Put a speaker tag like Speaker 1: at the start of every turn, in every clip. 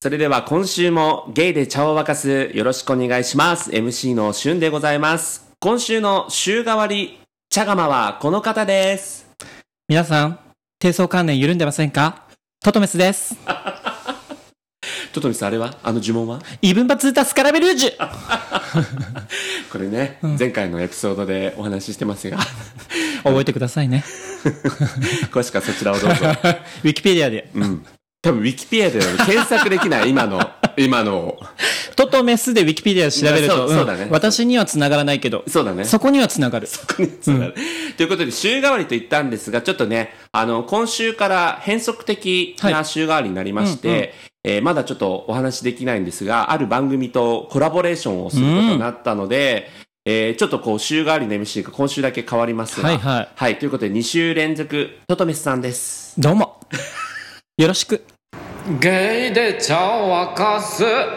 Speaker 1: それでは今週もゲイで茶を沸かすよろしくお願いします。MC のしゅんでございます。今週の週替わり茶釜はこの方です。
Speaker 2: 皆さん、低層関連緩んでませんかトトメスです。
Speaker 1: ちょっとミスあれはあの呪文は
Speaker 2: イブンバツータスカラベルージュ
Speaker 1: これね、前回のエピソードでお話ししてますが、
Speaker 2: 覚えてくださいね。
Speaker 1: 詳しくはそちらをどうぞ。
Speaker 2: ウィキペディアで。
Speaker 1: うん。多分ウィキペディアでは検索できない、今の、今の。
Speaker 2: トトメスでウィキペディアで調べる
Speaker 1: いやそ
Speaker 2: と、
Speaker 1: うそうだね
Speaker 2: ん私には繋がらないけど、
Speaker 1: そうだね。
Speaker 2: そこには繋がる。
Speaker 1: そうだねということで、週替わりと言ったんですが、ちょっとね、あの、今週から変則的な週替わりになりまして、
Speaker 2: はいうんう
Speaker 1: えーまだちょっとお話しできないんですが、ある番組とコラボレーションをすることになったので、えーちょっとこう、週替わりの MC が今週だけ変わりますが、
Speaker 2: はいはい。
Speaker 1: はい、ということで、2週連続、トトメスさんです。
Speaker 2: どうも。よろしく。、
Speaker 3: ゲイで茶を沸かす
Speaker 1: は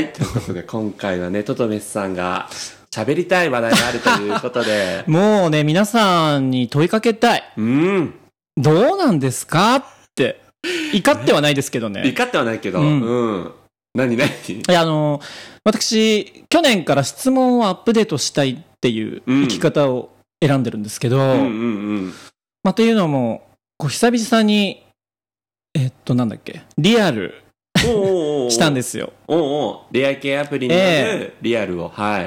Speaker 1: い、ということで、今回はね、トトメスさんが喋りたい話題があるということで
Speaker 2: もうね、皆さんに問いかけたい。
Speaker 1: うん。
Speaker 2: どうなんですかって。怒ってはないですけどね。
Speaker 1: 怒ってはないけど、う。
Speaker 2: うんん
Speaker 1: 何何
Speaker 2: いや、あの、私、去年から質問をアップデートしたいっていう生き方を選んでるんですけど、
Speaker 1: うんうんうん。
Speaker 2: まあ、というのも、こう、久々に、えっと、なんだっけ、リアル
Speaker 1: おうおうおう
Speaker 2: したんですよ。
Speaker 1: おうおう出会い系アプリによるリアルを、はい。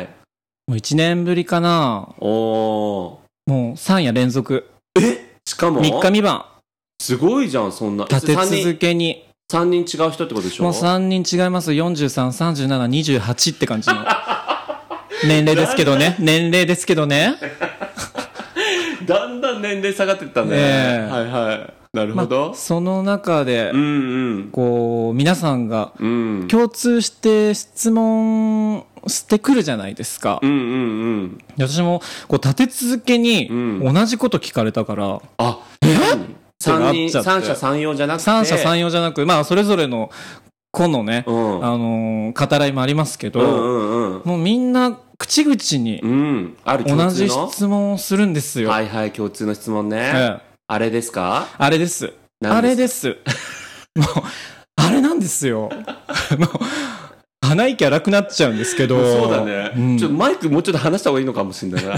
Speaker 2: もう1年ぶりかな、
Speaker 1: おお
Speaker 2: もう3夜連続、
Speaker 1: ーしかも、
Speaker 2: 3日3晩、
Speaker 1: すごいじゃん、そんな。
Speaker 2: 立て続けに、
Speaker 1: 三人 ,3 人違う人ってことでしょ
Speaker 2: もう3人違います、43、37、28って感 じの。年齢ですけどね、年齢ですけどね。
Speaker 1: だんだん年齢下がってったね。
Speaker 2: ええ
Speaker 1: はいはい。なるほど。
Speaker 2: まあその中で
Speaker 1: う、ん
Speaker 2: こう、皆さんが
Speaker 1: うん。うん。
Speaker 2: 共通して質問してくるじゃないですか
Speaker 1: う。んうんうん。
Speaker 2: で私もこう立て続けに
Speaker 1: うん
Speaker 2: 同じこと聞かれたから、
Speaker 1: あ、え三人、
Speaker 2: ってなっちゃって
Speaker 1: 三者三様じゃなくて。
Speaker 2: 三者三様じゃなく、まあそれぞれの個のね、
Speaker 1: うん。
Speaker 2: あのー語らいもありますけ
Speaker 1: う
Speaker 2: ど、
Speaker 1: んうん
Speaker 2: もうみんな口々に
Speaker 1: うん。うん。ある共通の
Speaker 2: 同じ質問をするんですよ。
Speaker 1: はいはい、共通の質問ね。
Speaker 2: ええ
Speaker 1: あれですか
Speaker 2: あれです。あ
Speaker 1: 何
Speaker 2: れ
Speaker 1: です
Speaker 2: です。 もう、あれなんですよ。もう、 鼻息荒くなっちゃうんですけど。
Speaker 1: そうだね、
Speaker 2: うん
Speaker 1: ちょっとマイクもうちょっと離した方がいいのかもしれない な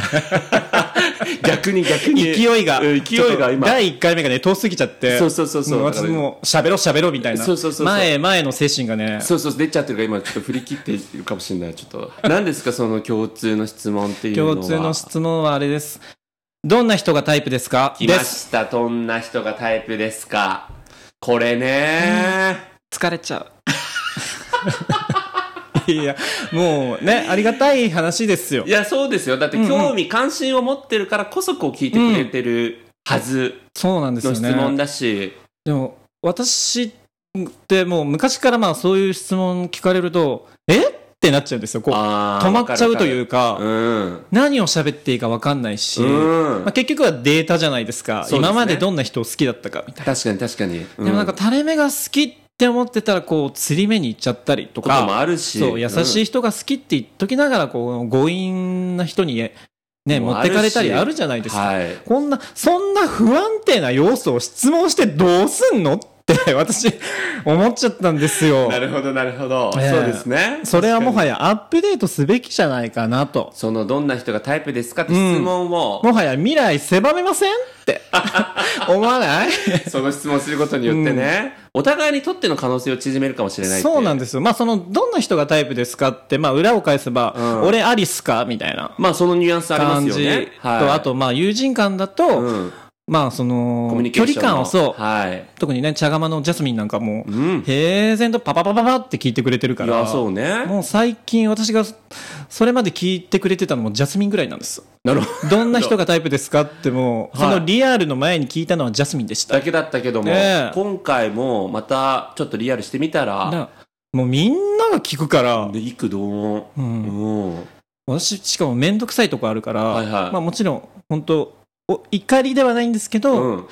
Speaker 1: 逆に逆に
Speaker 2: 勢いが、
Speaker 1: うん勢いが
Speaker 2: ちょっ
Speaker 1: 今
Speaker 2: と第1回目がね、遠すぎちゃって。
Speaker 1: そうそうそうそう
Speaker 2: も私もう、喋ろう喋ろうみたいな。
Speaker 1: そうそうそうそう
Speaker 2: 前へ前への精神がね。
Speaker 1: そうそう出ちゃってるから今ちょっと振り切っているかもしれないちょっと何ですかその共通の質問っていうのは
Speaker 2: 共通の質問はあれです。どんな人がタイプですか
Speaker 1: 来
Speaker 2: で。
Speaker 1: ますしたどんな人がタイプですかこれね、
Speaker 2: 疲れちゃう。い や、もうね、ありがたい話ですよ
Speaker 1: い。やそうですよだって
Speaker 2: うんうん
Speaker 1: 興味関心を持ってるからこそこう聞いてくれてるはず
Speaker 2: そうなんです
Speaker 1: の
Speaker 2: よ
Speaker 1: 質問
Speaker 2: ね。
Speaker 1: だし、
Speaker 2: でも、私ってもう昔からまあそういう質問聞かれると、えってなっちゃうんですよ。こう、
Speaker 1: あー
Speaker 2: 止まっちゃうといううか、
Speaker 1: うん
Speaker 2: 何を喋っていいか分かんないし、
Speaker 1: うん
Speaker 2: まあ、結局はデータじゃないです
Speaker 1: そう
Speaker 2: か
Speaker 1: ですね
Speaker 2: 今までどんな人を好きだったかみたい
Speaker 1: 確かに確かに、
Speaker 2: な、でもなんか垂れ目が好きって思ってたらこう釣り目に行っちゃったりと
Speaker 1: ことも
Speaker 2: か
Speaker 1: あるし
Speaker 2: そう優しい人が好きって言っときながらこう強引な人にね、ね
Speaker 1: も
Speaker 2: 持
Speaker 1: うあ
Speaker 2: っ
Speaker 1: るして
Speaker 2: かれたりあるじゃないですか、
Speaker 1: はい
Speaker 2: こんなそんな不安定な要素を質問してどうすんのって 私思っちゃったんですよ
Speaker 1: なるほどなるほど、
Speaker 2: ええ
Speaker 1: そうですね
Speaker 2: それはもはやアップデートすべきじゃないかなと
Speaker 1: そのどんな人がタイプですかって質問を、
Speaker 2: もはや未来狭めませんって 思わない
Speaker 1: その質問することによってね、お互いにとっての可能性を縮めるかもしれないって
Speaker 2: そうなん
Speaker 1: す
Speaker 2: ですよ。まあその、どんな人がタイプですかって、まあ裏を返せば、
Speaker 1: うん
Speaker 2: 俺アリスかみたいな
Speaker 1: まあそのニュアンスあります
Speaker 2: 感
Speaker 1: よ
Speaker 2: じ、
Speaker 1: ね
Speaker 2: と、あとまあ友人間だと、
Speaker 1: うん、
Speaker 2: まあそ
Speaker 1: コミュ
Speaker 2: の
Speaker 1: ニ、ケ
Speaker 2: 距
Speaker 1: ーション
Speaker 2: 離感をそう、
Speaker 1: はい
Speaker 2: 特にね、茶釜のジャスミンなんかも、
Speaker 1: うん
Speaker 2: 平然とパパパパパって聞いてくれてるか
Speaker 1: い
Speaker 2: ら、
Speaker 1: やそうね
Speaker 2: もう最近私が、それまで聞いてくれてたのもジャスミンぐらいなんです。
Speaker 1: なるほど
Speaker 2: どんな人がタイプですかってもう、
Speaker 1: はい
Speaker 2: そのリアルの前に聞いたのはジャスミンでした。
Speaker 1: だけだったけども、
Speaker 2: ねえ
Speaker 1: 今回もまたちょっとリアルしてみた
Speaker 2: だ
Speaker 1: ら
Speaker 2: からもうみんなが聞くから、
Speaker 1: で幾度
Speaker 2: う、
Speaker 1: うんん、
Speaker 2: 私しかも面倒くさいとこあるから、
Speaker 1: はいはい
Speaker 2: まあ、もちろん本当お怒りではないんですけ
Speaker 1: う
Speaker 2: ど、
Speaker 1: ん、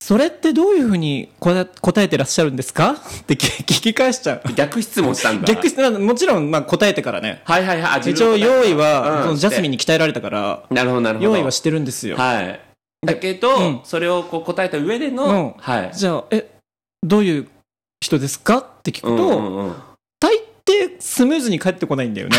Speaker 2: それってどういうふうにこだ答えてらっしゃるんですかって聞聞き返しちゃう
Speaker 1: 逆質問したんだ
Speaker 2: 逆にまあもちろんまあ答えてからね
Speaker 1: はいはいはいあ
Speaker 2: 一応用意
Speaker 1: うん
Speaker 2: は、そのジャスミン
Speaker 1: して
Speaker 2: に鍛えられたから
Speaker 1: なるほどなるほど
Speaker 2: 用意はしてるんですよ、
Speaker 1: はい。だけど、
Speaker 2: うん
Speaker 1: それをこう答えた上での、
Speaker 2: うん
Speaker 1: はい。
Speaker 2: じゃあえどういう人ですかって聞くと、
Speaker 1: うんうんうん
Speaker 2: 大抵スムーズに帰ってこないんだよ ね。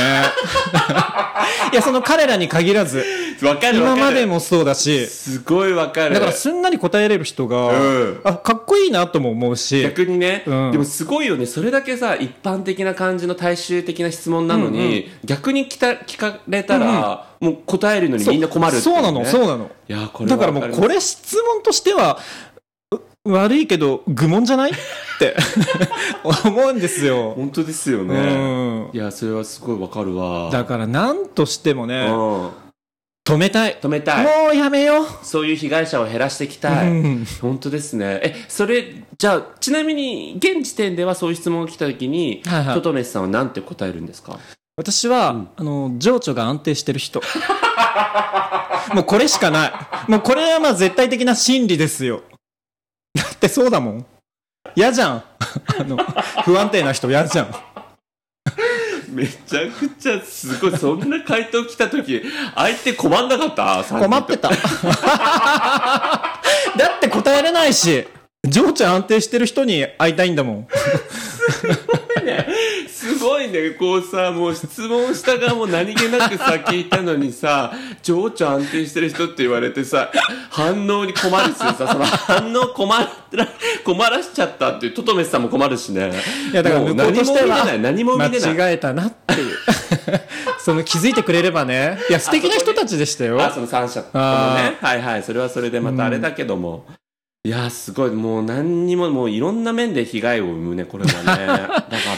Speaker 2: いや、その彼らに限らず、
Speaker 1: わかるわかる
Speaker 2: 今までもそうだし、
Speaker 1: すごいわかる
Speaker 2: だからすんなり答えれる人が、
Speaker 1: うん
Speaker 2: あかっこいいなとも思うし、
Speaker 1: 逆にね、
Speaker 2: うん
Speaker 1: でもすごいよねそれだけさ一般的な感じの大衆的な質問なのに、逆に聞た聞かれたら、もう答えるのにみんな困るってい
Speaker 2: そうなの、
Speaker 1: ね
Speaker 2: そうなの。
Speaker 1: いやこれ
Speaker 2: だ
Speaker 1: は
Speaker 2: からもうこれ質問としては、う悪いけど愚問じゃないって 思うんですよ。
Speaker 1: 本当ですよね、
Speaker 2: うん
Speaker 1: いやそれはすごいわかるわ
Speaker 2: だから何としても
Speaker 1: う
Speaker 2: ね、
Speaker 1: ん、
Speaker 2: 止めたい。
Speaker 1: 止めたい
Speaker 2: もうやめよう。
Speaker 1: そういう被害者を減らしていきたい、
Speaker 2: うん
Speaker 1: 本当ですねえそれじゃあちなみに現時点ではそういう質問が来た時に、
Speaker 2: はいはい
Speaker 1: トトメスさんは何て答えるんですか
Speaker 2: 私は、あの、情緒が安定してる人。 もうこれしかない。もうこれはまあ絶対的な真理ですよ。だってそうだもん。嫌じゃん。あの、不安定な人嫌じゃん。
Speaker 1: めちゃくちゃすごいそんな回答来た時相手困んなかった
Speaker 2: 困って た。だって答えれないし、情緒安定してる人に会いたいんだもん。
Speaker 1: すごいねこうさもう質問した側も何気なくさ聞いたのにさ情緒安定してる人って言われてさ反応に困るしさその反応困ら困らしちゃったっていうトトメスさんも困るしね
Speaker 2: いやだから
Speaker 1: もう
Speaker 2: 向こう
Speaker 1: 何
Speaker 2: と
Speaker 1: も
Speaker 2: し
Speaker 1: 見
Speaker 2: て
Speaker 1: れ
Speaker 2: は
Speaker 1: ない何も見れない
Speaker 2: 間違えたなっていう。その気づいてくれればね。いや、素敵な人たちでしたよ。
Speaker 1: あその三者ともねはいはいそれはそれでまたあれだけども、いやすごいもう何にももういろんな面で被害を生むねこれはねだ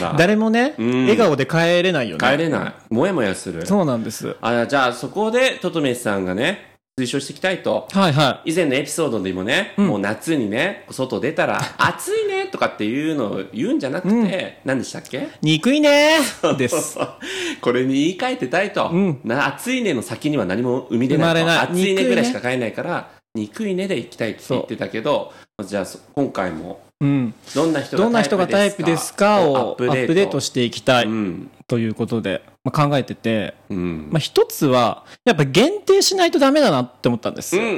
Speaker 1: から
Speaker 2: 誰もね、
Speaker 1: うん
Speaker 2: 笑顔で帰れないよね。
Speaker 1: 帰れないもやもやする
Speaker 2: そうなんです。
Speaker 1: あじゃあそこでトトメスさんがね推奨していきたいと
Speaker 2: はいは
Speaker 1: 以前のエピソードでもね、
Speaker 2: うん
Speaker 1: もう夏にね外出た ら「暑いね」とかっていうのを言うんじゃなくて、何でしたっけ
Speaker 2: い。憎いねです。
Speaker 1: これに言い換えてたいと、
Speaker 2: うん
Speaker 1: な暑いねの先には何も生み出ないと
Speaker 2: 生まれない
Speaker 1: 暑いねぐらいしか買えないから憎いねでいきたいって言ってたけどじゃあそ今回も
Speaker 2: うん。
Speaker 1: どんな人が
Speaker 2: どんな人がタイプですかをアップデート
Speaker 1: し
Speaker 2: していきた
Speaker 1: た
Speaker 2: い
Speaker 1: うん
Speaker 2: ということで、まあ、考えてて、
Speaker 1: うん、
Speaker 2: まあ、一つは、やっぱ限定しないとダメだなって思ったんです
Speaker 1: うん
Speaker 2: よ。
Speaker 1: うんう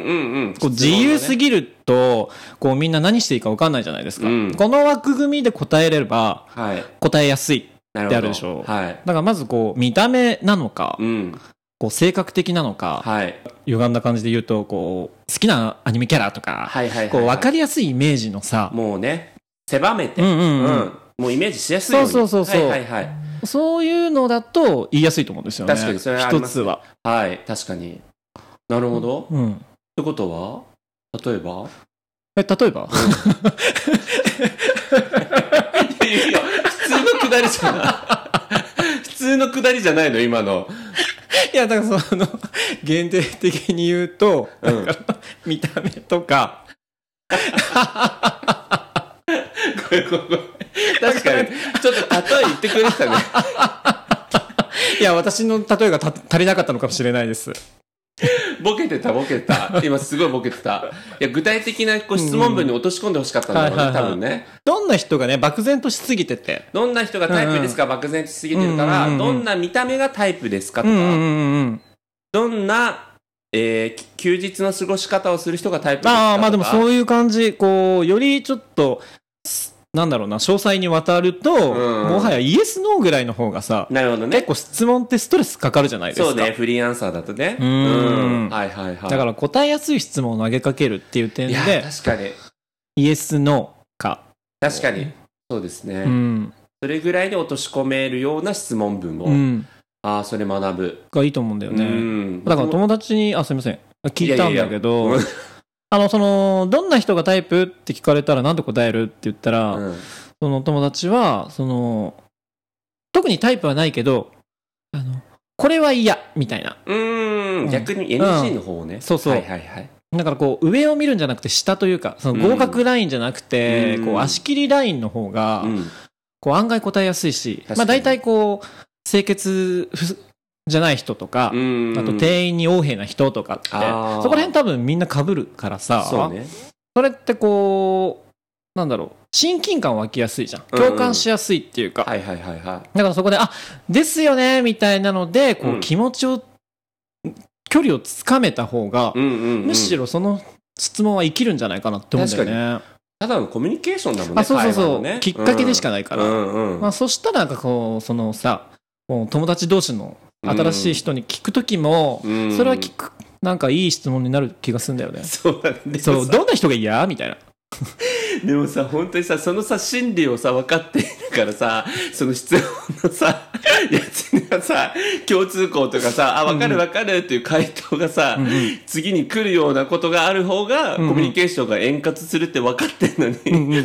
Speaker 1: ん
Speaker 2: こう自由すぎると、こうみんな何していいか分かんないじゃないですか。
Speaker 1: うん
Speaker 2: この枠組みで答えれば、
Speaker 1: はい
Speaker 2: 答えやすい。
Speaker 1: なるほど
Speaker 2: であるでしょう
Speaker 1: はい
Speaker 2: だからまずこう、見た目なのか、
Speaker 1: うん
Speaker 2: こう性格的なのか、
Speaker 1: はい
Speaker 2: 歪んだ感じで言うと、こう、好きなアニメキャラとか、
Speaker 1: はいはいはいはい
Speaker 2: こう、わかりやすいイメージのさ、
Speaker 1: もうね狭めて
Speaker 2: うんうんうん
Speaker 1: もうイメージしやすいように
Speaker 2: そうそうそうそう
Speaker 1: はいはいはい
Speaker 2: そういうのだと言いやすいと思うんですよね。
Speaker 1: 確かにそれはあり
Speaker 2: 一
Speaker 1: ます
Speaker 2: つは。
Speaker 1: はい確かになるほど、っ
Speaker 2: うん。
Speaker 1: てことは例えば
Speaker 2: え、例え
Speaker 1: い
Speaker 2: ば
Speaker 1: やいや普通のくだりじゃない 普通のくだりじゃないの今の
Speaker 2: いや、だからその、限定的に言うと、
Speaker 1: うん
Speaker 2: だから見た目とか、
Speaker 1: ごめんごめん確かにちょっと例え言ってくれてたね
Speaker 2: いや、私の例えがた足りなかったのかもしれないです。
Speaker 1: ボケてたボケてた今すごいボケてたいや具体的なこう質問文に落とし込んでほしかったんだろうね、
Speaker 2: うんはいはいはい
Speaker 1: 多分ね
Speaker 2: どんな人がね、漠然としすぎてて。
Speaker 1: どんな人がタイプですか、漠然としすぎてるから、
Speaker 2: うんうんうん
Speaker 1: どんな見た目がタイプですかと
Speaker 2: う
Speaker 1: か、
Speaker 2: んうんうんうん。
Speaker 1: どんな、えーき休日の過ごし方をする人がタイプですかとか
Speaker 2: ああ、まあでも
Speaker 1: う
Speaker 2: そういう感じ、こう、よりちょっと、なんだろうな、詳細にわたると、
Speaker 1: ん
Speaker 2: もはやイエスノーぐらいの方がさ、
Speaker 1: なるほどね
Speaker 2: 結構質問ってストレスかかるじゃないですか。
Speaker 1: そうねフリーアンサーだとね
Speaker 2: うん
Speaker 1: んはいはいはい
Speaker 2: だから答えやすい質問を投げかけるっていう点
Speaker 1: いや
Speaker 2: で、
Speaker 1: 確かに
Speaker 2: イエス、ノーか。
Speaker 1: 確かにそうですね、
Speaker 2: うん。
Speaker 1: それぐらいに落とし込めるような質問文を、
Speaker 2: うん。
Speaker 1: ああそれ学ぶ、
Speaker 2: がいいと思うんだよ
Speaker 1: う
Speaker 2: ね。
Speaker 1: ん
Speaker 2: だから友達に、あ、すいません。聞いたんだけ
Speaker 1: いやい
Speaker 2: ど
Speaker 1: やいや、
Speaker 2: あの、その、どんな人がタイプって聞かれたらなんて答えるって言ったら、
Speaker 1: うん
Speaker 2: その友達は、その、特にタイプはないけど、あの、これは嫌、みたいな。
Speaker 1: うん
Speaker 2: うん
Speaker 1: 逆に NG の方をね、
Speaker 2: そうそう
Speaker 1: はいはいはい
Speaker 2: だからこう、上を見るんじゃなくて下というか、その合格ラインじゃなくて、
Speaker 1: うん
Speaker 2: こう、足切りラインの方が、
Speaker 1: うん
Speaker 2: こう案外答えやすいし
Speaker 1: 確か、に
Speaker 2: まあ大体こう、清潔ふじゃない人とか、
Speaker 1: うん
Speaker 2: あと店員に横柄な人とかって、そこ
Speaker 1: あー
Speaker 2: ら辺多分みんな被るからさ、
Speaker 1: そうね
Speaker 2: それってこう、なんだろう、親近感湧きやすいじゃん。
Speaker 1: うんうん
Speaker 2: 共感しやすいっていうか、
Speaker 1: はいはいはいはい
Speaker 2: だからそこで、あ、ですよね、みたいなので、こ
Speaker 1: うん
Speaker 2: う気持ちを、距離をつかめた方が、
Speaker 1: うんうんうん
Speaker 2: むしろその質問は生きるんじゃないかなって思うんだよね。
Speaker 1: ただのコミュニケーションだもんね。
Speaker 2: あそうそう
Speaker 1: 会
Speaker 2: そ
Speaker 1: 話の
Speaker 2: う、
Speaker 1: ね
Speaker 2: きっかけでしかないから、
Speaker 1: うんうん。
Speaker 2: まあ、そしたらなんかこうそのさもう友達同士の新しい人に聞く時も、
Speaker 1: うん
Speaker 2: それは聞くなんかいい質問になる気がするんだよね、
Speaker 1: そうだね。でも
Speaker 2: そう
Speaker 1: さ
Speaker 2: どんな人が嫌みたいな
Speaker 1: でもさ、本当にさ、そのさ、心理をさ、分かっているからさ、その質問のさ、やつにはさ、共通項とかさ、あ、分かる分かるっていう回答がさ、次に来るようなことがある方が、
Speaker 2: ん
Speaker 1: コミュニケーションが円滑するって分かってんのに、例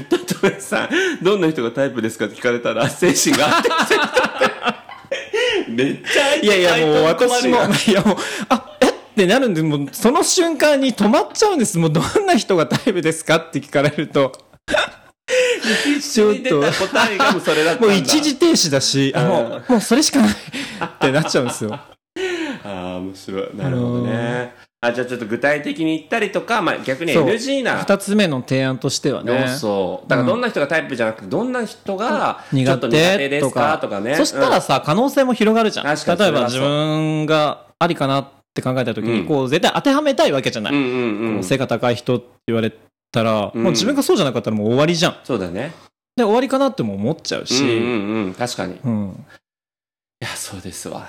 Speaker 1: えばさ、どんな人がタイプですかって聞かれたら、精神が安 定してる人って、めっちゃ相手
Speaker 2: いやいや、もう
Speaker 1: 回答困
Speaker 2: 私
Speaker 1: る よ、
Speaker 2: もいやもう、あ、えってなるんで、もうその瞬間に止まっちゃうんです。もうどんな人がタイプですかって聞かれると。ちょっ
Speaker 1: 出た
Speaker 2: と、
Speaker 1: 答えがもうそれだったんだ。
Speaker 2: もう一時停止だし、あもう、もうそれしかないってなっちゃうんで すよ。
Speaker 1: ああ、面白い。なるほどね。あ、じゃあちょっと具体的に言ったりとか、まあ逆に NG な。
Speaker 2: 二つ目の提案としてはね。
Speaker 1: そうそう。だからどんな人がタイプじゃなくて、どんな人がちょ
Speaker 2: 苦
Speaker 1: っと苦手
Speaker 2: 手
Speaker 1: で
Speaker 2: と
Speaker 1: す
Speaker 2: か
Speaker 1: かとかね。
Speaker 2: そした
Speaker 1: う
Speaker 2: ら
Speaker 1: ん、
Speaker 2: さ、可能性も広がるじゃん。
Speaker 1: 確かに
Speaker 2: 例えば
Speaker 1: そ
Speaker 2: 自
Speaker 1: れは
Speaker 2: 分がありかなって考えた時に、
Speaker 1: うん
Speaker 2: こう絶対当てはめたいわけじゃない。
Speaker 1: うんうんうん。
Speaker 2: 背が高い人って言われたら、
Speaker 1: うん
Speaker 2: もう自分がそうじゃなかったらもう終わりじゃん。
Speaker 1: そうだね。
Speaker 2: で終わりかなっても思っちゃう
Speaker 1: うんうん
Speaker 2: し、
Speaker 1: うん。確かに。い
Speaker 2: うん
Speaker 1: や、そうですわ。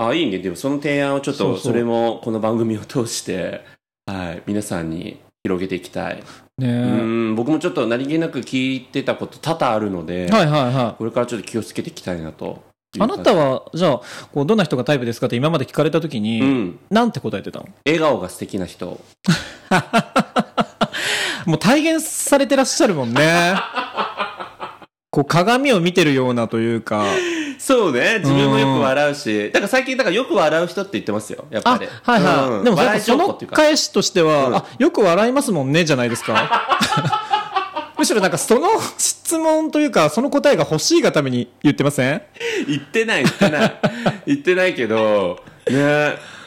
Speaker 1: あ、いいね。でもその提案をちょっ
Speaker 2: そう
Speaker 1: と、
Speaker 2: そう
Speaker 1: それもこの番組を通して、はい、皆さんに広げていきたい。う
Speaker 2: ね
Speaker 1: ん、僕もちょっと何気なく聞いてたこと多々あるので
Speaker 2: え、はいはいは
Speaker 1: これからちょっと気をつけていきたいなと。
Speaker 2: いあなたはじゃあこうどんな人がタイプですかって今まで聞かれた時に、
Speaker 1: うん。
Speaker 2: なんて答えてたの
Speaker 1: 笑顔が素敵な人。
Speaker 2: もう体現されてらっしゃるもん ねこう鏡を見てるようなという か
Speaker 1: そうね。自分もよく笑うし。だから最近、だからよく笑う人って言ってますよ。やっ
Speaker 2: あ
Speaker 1: ぱ
Speaker 2: はい
Speaker 1: り。
Speaker 2: はい、
Speaker 1: うん
Speaker 2: でもそ
Speaker 1: 笑い
Speaker 2: そ
Speaker 1: 情報
Speaker 2: の
Speaker 1: っていうか。
Speaker 2: 返しとしては、
Speaker 1: うん
Speaker 2: あよく笑いますもんねじゃないですか むしろなんかその質問というかその答えが欲しいがために言ってません
Speaker 1: 言ってない、言ってない。言ってないけ ど、ね。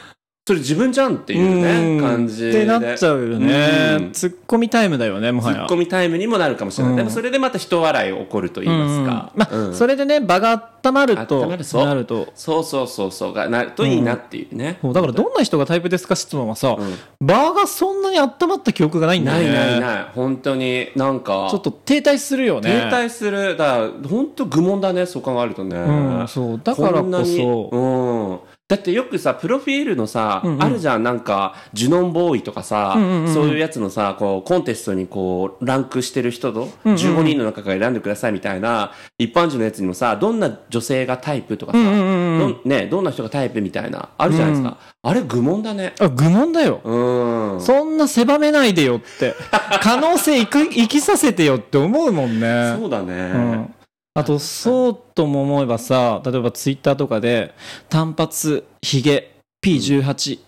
Speaker 1: それ自分じゃんっていうね、感じで。
Speaker 2: ってなっちゃうよね、
Speaker 1: うん
Speaker 2: ツッコミタイムだよねも
Speaker 1: ツ
Speaker 2: はや
Speaker 1: ッコミタイムにもなるかもしれない。
Speaker 2: うん
Speaker 1: でもそれでまた人笑い起こると言いますか。
Speaker 2: うんまあ
Speaker 1: うん
Speaker 2: それでね場が温まると
Speaker 1: 温まるそう
Speaker 2: なると
Speaker 1: そうそうそうそうがなるといいなっていうね。
Speaker 2: そうだからどんな人がタイプですか質問はさ、場がそんなに温まった記憶がないんだ
Speaker 1: な
Speaker 2: よ
Speaker 1: い
Speaker 2: ね
Speaker 1: ないない。本当に、なんか。
Speaker 2: ちょっと停滞するよね
Speaker 1: 停滞する。だから、本当愚問だね、そう考えるとね。
Speaker 2: うんそうだから
Speaker 1: んな
Speaker 2: こ
Speaker 1: に
Speaker 2: そ
Speaker 1: うん。だってよくさ、プロフィールのさ、
Speaker 2: うんうん
Speaker 1: あるじゃん、なんか、ジュノンボーイとかさ、
Speaker 2: うんうんうん
Speaker 1: そういうやつのさ、こう、コンテストにこう、ランクしてる人と、
Speaker 2: うんうん
Speaker 1: 15人の中から選んでくださいみたいな、一般人のやつにもさ、どんな女性がタイプとかさ、
Speaker 2: うんうんうんうん
Speaker 1: どんね、どんな人がタイプみたいな、あるじゃないですか。あれ愚問だね。
Speaker 2: あ愚問だよ、
Speaker 1: うん。
Speaker 2: そんな狭めないでよって可能性いく生きさせてよって思うもんね
Speaker 1: そうだね。
Speaker 2: うんあとそうとも思えばさ例えばツイッターとかで「単髪ヒゲ P18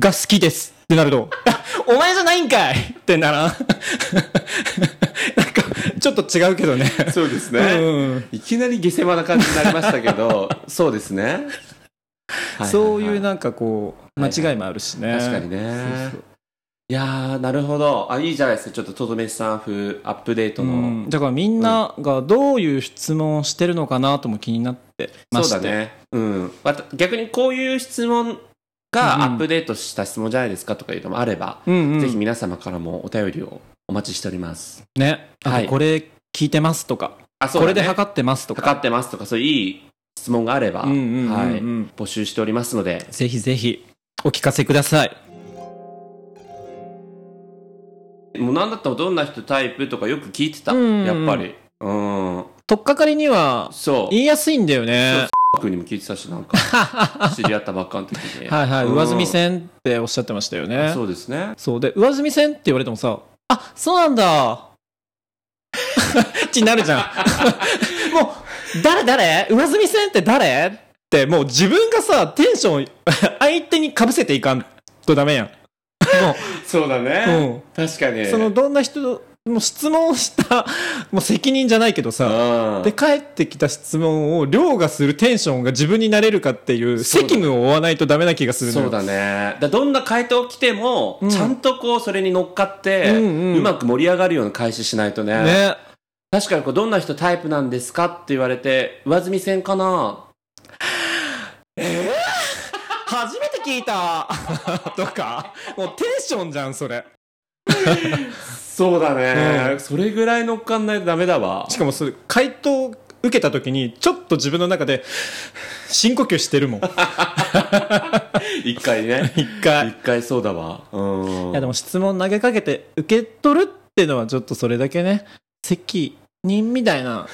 Speaker 2: が好きです」ってなると 「お前じゃないんかい!」ってならん なんかちょっと違うけどね
Speaker 1: そうです
Speaker 2: う
Speaker 1: ね。
Speaker 2: ん、
Speaker 1: いきなり下世話な感じになりましたけ ど、そうですね。はいはいはい
Speaker 2: そういうなんかこう
Speaker 1: はいはい
Speaker 2: 間違いもあるしね、
Speaker 1: 確かにね
Speaker 2: そうそう
Speaker 1: いやー、なるほど。あ、いいじゃないですか。ちょっととどめさん風アップデートの。
Speaker 2: うんだからみんながどういう質問をしてるのかなとも気になってま
Speaker 1: そう
Speaker 2: して
Speaker 1: だね。うん。わた逆にこういう質問
Speaker 2: うん
Speaker 1: が
Speaker 2: うん
Speaker 1: アップデートした質問じゃないですかとかいうのもあれば、
Speaker 2: うんうん
Speaker 1: ぜひ皆様からもお便りをお待ちしております。
Speaker 2: ねあ
Speaker 1: は
Speaker 2: と
Speaker 1: い
Speaker 2: これ聞いてますとか、
Speaker 1: あ、そう
Speaker 2: こ
Speaker 1: だね
Speaker 2: れで測ってますとか
Speaker 1: 測ってますとか、そういういい質問があれば、
Speaker 2: うんうんうんうん
Speaker 1: はい。募集しておりますので、
Speaker 2: ぜひぜひお聞かせください。
Speaker 1: もう何だったらどんな人タイプとかよく聞いてた。
Speaker 2: うんうんうん
Speaker 1: やっぱり。うん。
Speaker 2: とっかかりには
Speaker 1: そう。
Speaker 2: 言いやすいんだよね。
Speaker 1: 君にも聞いてたし、なんか、 知り合ったばっかの時に。
Speaker 2: はいはい、
Speaker 1: うん
Speaker 2: 上積み線っておっしゃってましたよね。そう
Speaker 1: そうですね。
Speaker 2: で、上積み線って言われてもさ、あそうなんだ。 ってなるじゃん。 もう、誰誰上積み線って誰って、もう自分がさ、テンション、 相手にかぶせていかんとダメやん。
Speaker 1: そうだね。
Speaker 2: も
Speaker 1: 確か
Speaker 2: う、う
Speaker 1: に。
Speaker 2: ん。その、どんな人、もう質問した、もう責任じゃないけどさ、
Speaker 1: うん
Speaker 2: で、帰ってきた質問を凌駕するテンションが自分になれるかっていう
Speaker 1: そうだ
Speaker 2: 責務を負わないとダメな気がするの
Speaker 1: そう
Speaker 2: よ。
Speaker 1: だね。だどんな回答来ても、
Speaker 2: うん
Speaker 1: ちゃんとこう、それに乗っかって、
Speaker 2: う
Speaker 1: うん
Speaker 2: うん
Speaker 1: まく盛り上がるような開始しないとね。
Speaker 2: ね。
Speaker 1: 確かにこう、どんな人タイプなんですかって言われて、上積み線かな
Speaker 2: 初めて 聞いたとか、もうテンションじゃん、それ。
Speaker 1: そうだね、
Speaker 2: うん
Speaker 1: それぐらい乗っかんないとダメだわ
Speaker 2: しかもそれ回答受けた時にちょっと自分の中で深呼吸してる もん
Speaker 1: 一回ね
Speaker 2: 一 回
Speaker 1: 一回そうだわうん
Speaker 2: いやでも質問投げかけて受け取るってのはちょっとそれだけね責任みたい な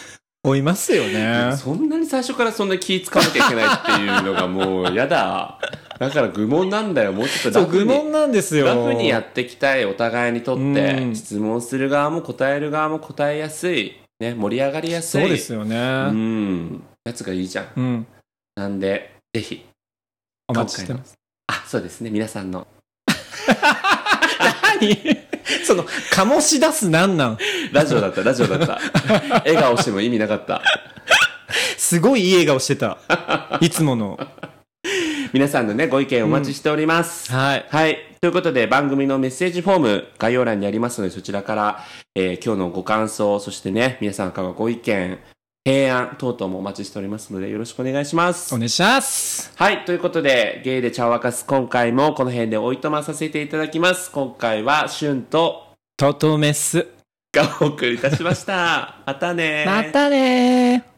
Speaker 2: 追いますよね
Speaker 1: そんなに最初からそんな気使わなきゃいけないっていうのがもうやだだから愚問なんだよもうちょっと
Speaker 2: そう
Speaker 1: 楽に
Speaker 2: 愚問なんですよ
Speaker 1: ラフにやっていきたいお互いにとっ
Speaker 2: う
Speaker 1: て
Speaker 2: ん
Speaker 1: 質問する側も答える側も答えやすい、ね、盛り上がりやすい
Speaker 2: そうですよね、
Speaker 1: うんやつがいいじゃん
Speaker 2: うん、
Speaker 1: なんでぜひ
Speaker 2: お待ちしてます。
Speaker 1: あそうですね皆さんの
Speaker 2: 何その、醸し出すなんなん
Speaker 1: ラジオだったラジオだった 笑顔しても意味なかった
Speaker 2: すごいいい笑顔してた。いつもの。
Speaker 1: 皆さんのねご意見お待ちしております、
Speaker 2: はい。
Speaker 1: はい。ということで、番組のメッセージフォーム、概要欄にありますので、そちらから、えー今日のご感想、そしてね、皆さんからのご意見、提案等々もお待ちしておりますので、よろしくお願いします
Speaker 2: お。願いします。
Speaker 1: はい。ということで、ゲイで茶を沸かす今回もこの辺でおいとまさせていただきます。今回は、しゅんと
Speaker 2: トトメス。
Speaker 1: がお送りいたしました。またねー
Speaker 2: またねー。